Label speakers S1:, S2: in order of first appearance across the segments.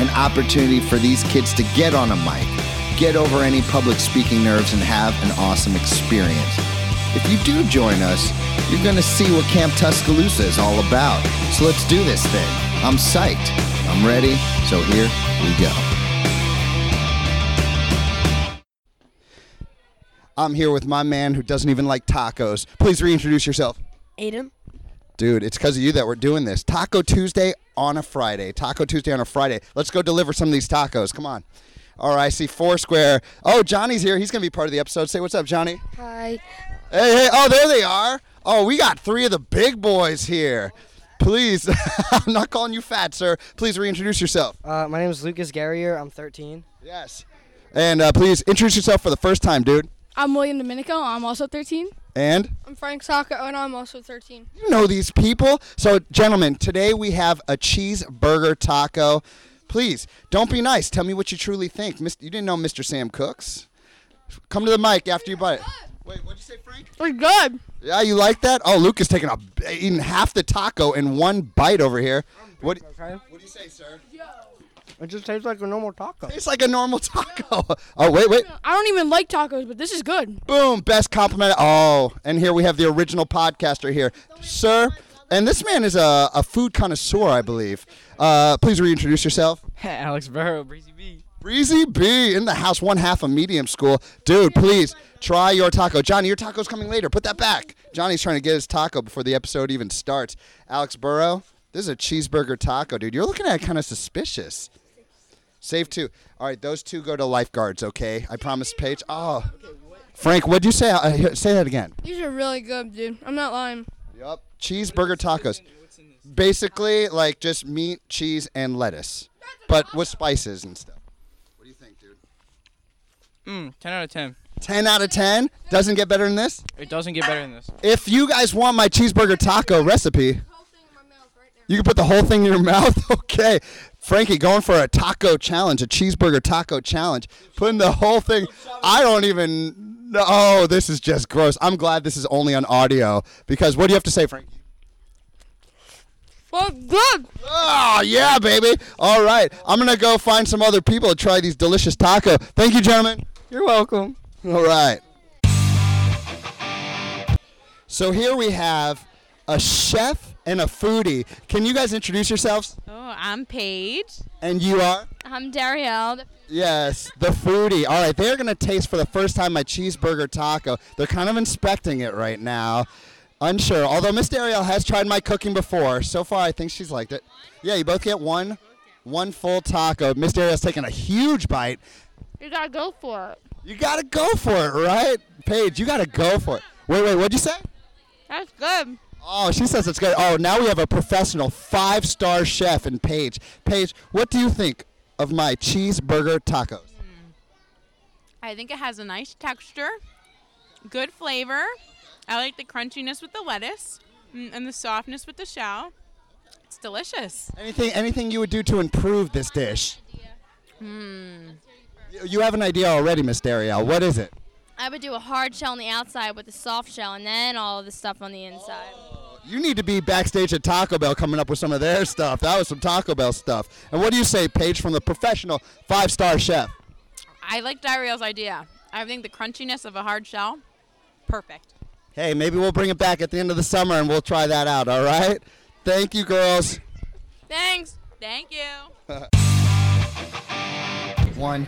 S1: An opportunity for these kids to get on a mic, get over any public speaking nerves, and have an awesome experience. If you do join us, you're going to see what Camp Tuscaloosa is all about. So let's do this thing. I'm psyched. I'm ready. So here we go. I'm here with my man who doesn't even like tacos. Please reintroduce yourself.
S2: Adam.
S1: Dude, it's because of you that we're doing this. Taco Tuesday on a Friday. Taco Tuesday on a Friday. Let's go deliver some of these tacos. Come on. All right, I see Foursquare. Oh, Johnny's here. He's going to be part of the episode. Say what's up, Johnny.
S2: Hi.
S1: Hey, hey, oh, there they are. Oh, we got three of the big boys here. Please, I'm not calling you fat, sir. Please reintroduce yourself.
S3: Uh, my name is Lucas Garrier. I'm 13.
S1: Yes. And uh, please introduce yourself for the first time, dude.
S4: I'm William Domenico. I'm also 13.
S1: And
S5: I'm Frank Saka, and I'm also 13.
S1: you know these people. So, gentlemen, today we have a cheeseburger taco. Please don't be nice. Tell me what you truly think. Mis- You didn't know Mr. Sam Cooks? Come to the mic after you bite it. Wait, what'd you say, Frank?
S5: We're good.
S1: Yeah, you like that? Oh, Luke is taking a eating half the taco in one bite over here. What?
S3: Okay.
S1: What do you say, sir?
S3: It just tastes like a normal taco.
S1: It's like a normal taco. Oh, wait, wait.
S4: I don't even like tacos, but this is good.
S1: Boom, best compliment. Oh, and here we have the original podcaster here, sir. And this man is a, a food connoisseur, I believe. Uh, please reintroduce yourself.
S3: Alex Burrow, Breezy B.
S1: Breezy B in the house, one half of medium school. Dude, please try your taco. Johnny, your taco's coming later. Put that back. Johnny's trying to get his taco before the episode even starts. Alex Burrow, this is a cheeseburger taco, dude. You're looking at it kind of suspicious. Save two. All right, those two go to lifeguards, okay? I promise Paige. Oh. Frank, what'd you say? Uh, here, say that again.
S5: These are really good, dude. I'm not lying.
S1: Yup. Cheeseburger tacos. Basically, like just meat, cheese, and lettuce, but with spices and stuff. What do you think, dude?
S6: Mm, 10 out of 10.
S1: 10 out of 10 doesn't get better than this
S6: It doesn't get better than this.
S1: if you guys want my cheeseburger taco recipe you can put the whole thing in your mouth okay frankie going for a taco challenge a cheeseburger taco challenge putting the whole thing i don't even know oh this is just gross i'm glad this is only on audio because what do you have to say frankie
S5: Well, good.
S1: oh yeah baby all right i'm gonna go find some other people to try these delicious taco thank you gentlemen
S3: You're welcome.
S1: All right. So here we have a chef and a foodie. Can you guys introduce yourselves?
S7: Oh, I'm Paige.
S1: And you are?
S7: I'm Darielle.
S1: Yes, the foodie. All right, they're going to taste for the first time my cheeseburger taco. They're kind of inspecting it right now. Unsure. Although Miss Ariel has tried my cooking before. So far, I think she's liked it. Yeah, you both get one one full taco. Miss Ariel's taking a huge bite.
S5: You gotta go for it.
S1: You got to go for it, right? Paige, you got to go for it. Wait, wait, what'd you say?
S5: That's good.
S1: Oh, she says it's good. Oh, now we have a professional five-star chef in Paige. Paige, what do you think of my cheeseburger tacos?
S7: I think it has a nice texture, good flavor. I like the crunchiness with the lettuce mm, and the softness with the shell. It's delicious.
S1: Anything, anything you would do to improve this dish? Hmm. You have an idea already, Miss Dariel. What is it?
S8: I would do a hard shell on the outside with a soft shell and then all of the stuff on the inside.
S1: You need to be backstage at Taco Bell coming up with some of their stuff. That was some Taco Bell stuff. And what do you say, Paige, from the professional five-star chef?
S7: I like Darielle's idea. I think the crunchiness of a hard shell, perfect.
S1: Hey, maybe we'll bring it back at the end of the summer and we'll try that out. All right? Thank you, girls.
S7: Thanks. Thank you.
S1: One.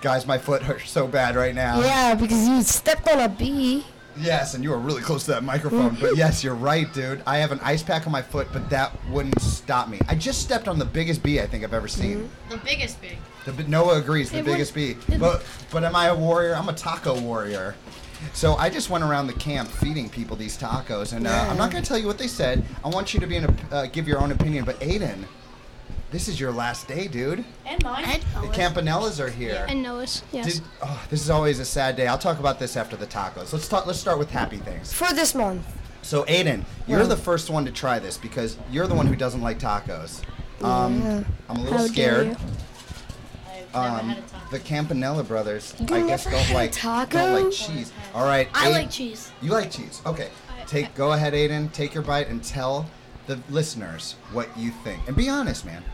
S1: Guys, my foot hurts so bad right now.
S2: Yeah, because you stepped on a bee. Mm-hmm.
S1: Yes, and you were really close to that microphone. but yes, you're right, dude. I have an ice pack on my foot, but that wouldn't stop me. I just stepped on the biggest bee I think I've ever seen.
S2: Mm-hmm.
S8: The biggest bee.
S1: The bi- Noah agrees, the biggest bee. But but am I a warrior? I'm a taco warrior. So I just went around the camp feeding people these tacos, and uh, I'm not going to tell you what they said. I want you to be in a, uh, give your own opinion. But Aiden, This is your last day, dude.
S9: And mine.
S2: And
S1: The
S2: Noah's.
S1: Campanellas are here.
S9: And Noah's. Yes.
S1: Did, oh, this is always a sad day. I'll talk about this after the tacos. Let's talk. Let's start with happy things.
S2: For this month.
S1: So, Aiden, you're the first one to try this because you're the one who doesn't like tacos. Um, I'm a little
S9: How dare
S1: scared.
S9: you.
S1: Um, the Campanella brothers,
S2: You
S1: I guess,
S2: never
S1: don't
S2: had a
S1: like don't
S2: taco?
S1: like cheese. All right,
S9: I
S1: Aiden-
S9: like cheese.
S1: You like cheese. Okay. Take go ahead, Aiden. Take your bite and tell the listeners what you think. And be honest, man.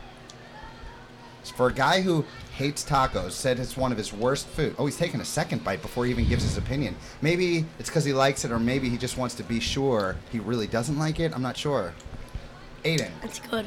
S1: It's For a guy who hates tacos, said it's one of his worst food. Oh, he's taking a second bite before he even gives his opinion. Maybe it's because he likes it, or maybe he just wants to be sure he really doesn't like it. I'm not sure. Aiden,
S9: It's good.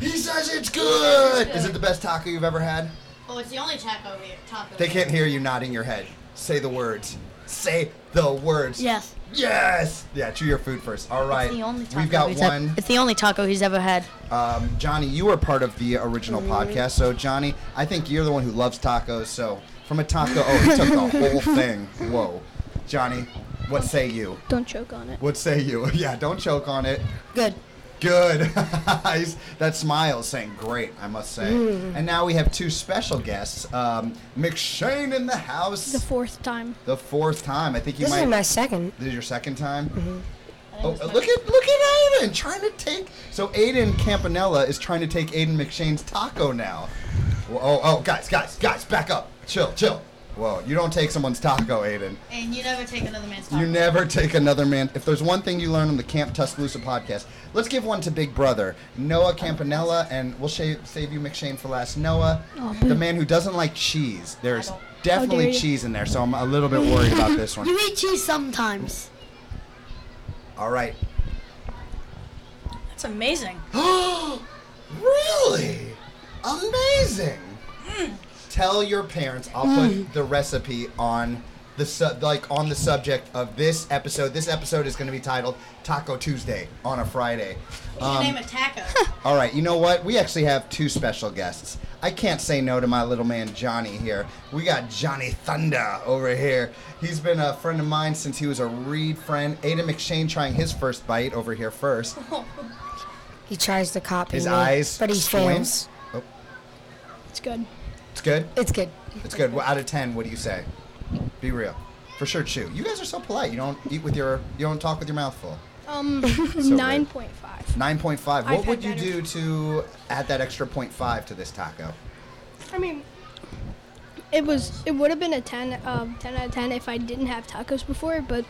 S1: he says it's good. Is it the best taco you've ever had?
S10: Oh, it's the only taco here. Taco.
S1: They can't hear you nodding your head. Say the words. Say the words.
S10: Yes.
S1: Yes. Yeah, chew your food first. All right.
S10: It's the only taco
S1: We've got
S10: he's ever-
S1: one.
S10: it's the only taco he's ever had.
S1: Um, Johnny, you were part of the original podcast, so Johnny, I think you're the one who loves tacos. So from a taco, oh, he took the whole thing. Whoa, Johnny, what say you?
S9: Don't choke on it.
S1: What say you? Yeah, don't choke on it.
S2: Good.
S1: Good. He's- that smile is saying great, I must say. And now we have two special guests. Um, McShane in the house.
S9: The fourth time.
S1: The fourth time. I think you
S2: This
S1: might.
S2: is my second.
S1: This is your second time. Oh, uh, look at look at Aiden trying to take. So Aiden Campanella is trying to take Aiden McShane's taco now. Whoa, oh, oh, guys, guys, guys, back up. Chill, chill. Whoa, you don't take someone's taco, Aiden.
S10: And you never take another man's taco.
S1: You never take another man. If there's one thing you learn on the Camp Tuscaloosa podcast, let's give one to Big Brother Noah Campanella, and we'll shave, save you McShane for last. Noah, the man who doesn't like cheese. There's
S9: dare
S1: definitely
S9: you.
S1: cheese in there, so I'm a little bit worried about this one.
S9: You eat cheese sometimes.
S1: All right.
S10: That's amazing.
S1: really? Amazing. Tell your parents. I'll put
S9: Mm.
S1: the recipe on the sub, like on the subject of this episode. This episode is going to be titled Taco Tuesday on a Friday. Um,
S10: name a taco.
S1: all right, you know what? We actually have two special guests. I can't say no to my little man Johnny here. We got Johnny Thunder over here. He's been a friend of mine since he was a Reed friend. Aiden McShane trying his first bite over here first.
S2: He tries to copy
S1: His
S2: me,
S1: eyes
S2: but he
S1: squint. Oh.
S2: fails.
S9: It's good.
S1: It's good.
S2: It's good.
S1: It's good. Well, out of ten, what do you say? Be real. For sure, chew. You guys are so polite. You don't eat with your. You don't talk with your mouth full.
S9: Um,
S1: rude.
S9: nine point five.
S1: Nine point five. What
S9: I've
S1: would you
S9: had
S1: do to add that extra point five to this taco?
S9: I mean, it was it would have been a 10, um, 10 out of ten if I didn't have tacos before, but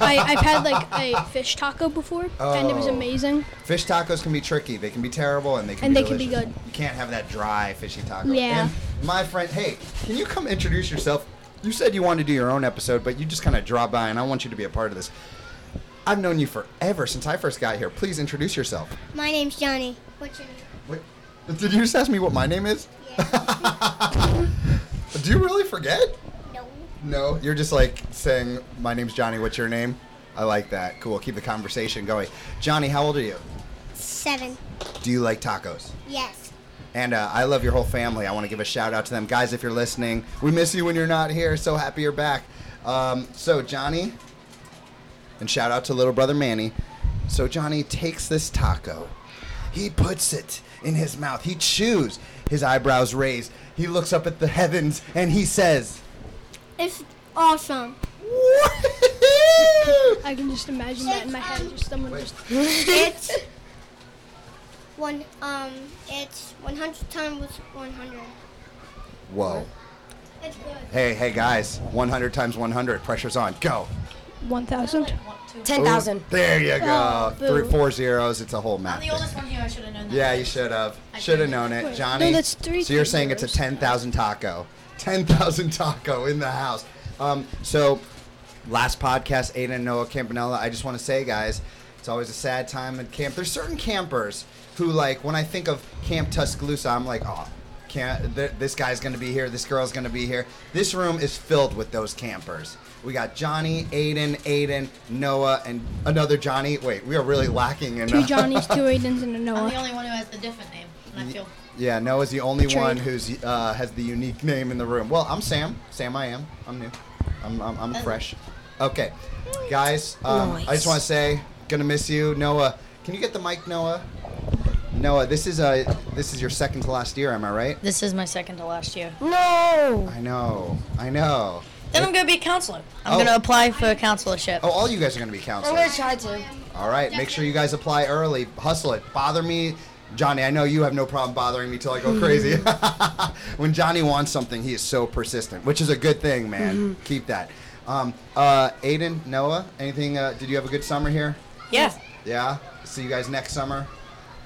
S9: I, I've had like a fish taco before, and it was
S1: Oh.
S9: amazing.
S1: Fish tacos can be tricky. They can be terrible, and they can
S9: And
S1: be
S9: they can be
S1: delicious.
S9: good.
S1: You can't have that dry fishy taco.
S9: Yeah.
S1: And my friend, hey, can you come introduce yourself? You said you wanted to do your own episode, but you just kind of dropped by, and I want you to be a part of this. I've known you forever since I first got here. Please introduce yourself.
S9: My name's Johnny. What's your name?
S1: Wait, did you just ask me what my name is? Do you really forget? No. No, you're just like saying, "My name's Johnny. What's your name?" I like that. Cool. Keep the conversation going. Johnny, how old are you?
S9: Seven.
S1: Do you like tacos?
S9: Yes.
S1: And uh, I love your whole family. I want to give a shout out to them, guys. If you're listening, we miss you when you're not here. So happy you're back. Um, so Johnny, and shout out to little brother Manny. So Johnny takes this taco, he puts it in his mouth, he chews, his eyebrows raised, he looks up at the heavens, and he says,
S9: It's awesome.
S1: "Woo-hoo!"
S9: I can just imagine that in my head. Just someone
S1: Wait.
S9: just.
S11: it's one um it's 100 times 100
S1: "Whoa."
S11: it's good
S1: Hey, hey guys, 100 times 100, pressure's on. Go.
S9: One thousand.
S2: Ten thousand.
S1: There you go.
S9: Oh, boo.
S1: Three, four zeros. It's a whole math.
S10: I'm the
S1: thing.
S10: oldest one here. I should have known that.
S1: Yeah, you should have. Should have known it, Johnny.
S9: No, that's three
S1: So you're saying it's a
S9: fingers.
S1: ten thousand taco, ten thousand taco in the house. Um, so last podcast, Aiden and Noah Campanella. I just want to say, guys, it's always a sad time at camp. There's certain campers who, like, when I think of Camp Tuscaloosa, I'm like, oh, can't, th- this guy's gonna be here, this girl's gonna be here. This room is filled with those campers. We got Johnny, Aiden, Aiden, Noah, and another Johnny. Wait, we are really lacking in
S9: Two
S1: uh,
S9: Johnnies, two Aidens, and a
S10: I'm the
S9: Noah.
S10: only one who has the different name, and I feel.
S1: Yeah, Noah's the only
S9: Betrayed.
S1: one who's uh, has the unique name in the room. Well, I'm Sam. Sam, I am. I'm new. I'm I'm, I'm fresh. Okay, guys. Um, I just want to say, gonna miss you, Noah. Can you get the mic, Noah? Noah, this is uh, this is your second to last year, am I right?
S10: This is my second to last year.
S1: No. I know. I know.
S10: Then I'm gonna be a counselor. I'm
S1: Oh.
S10: gonna apply for a counselorship.
S1: Oh, all you guys are gonna be
S2: I'm
S1: counselors.
S2: gonna try to.
S1: All right, make sure you guys apply early. Hustle it. Bother me, Johnny. I know you have no problem bothering me till I
S2: Mm-hmm.
S1: go crazy. when Johnny wants something, he is so persistent, which is a good thing, man.
S2: Mm-hmm.
S1: Keep that. Um, uh, Aiden, Noah, anything? Uh, did you have a good summer here?
S10: Yeah,
S1: Yeah. See you guys next summer.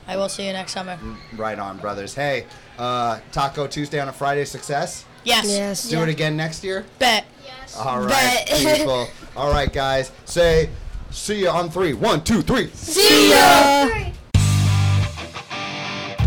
S10: I will see you next summer.
S1: Right on, brothers. Hey, uh, Taco Tuesday on a Friday, success.
S10: Yes. Yes.
S1: Do it
S10: Yeah.
S1: again next year.
S10: Bet.
S1: All right,
S10: Bet.
S1: people. All right, guys. Say, see ya on three. One, two, three.
S10: See ya.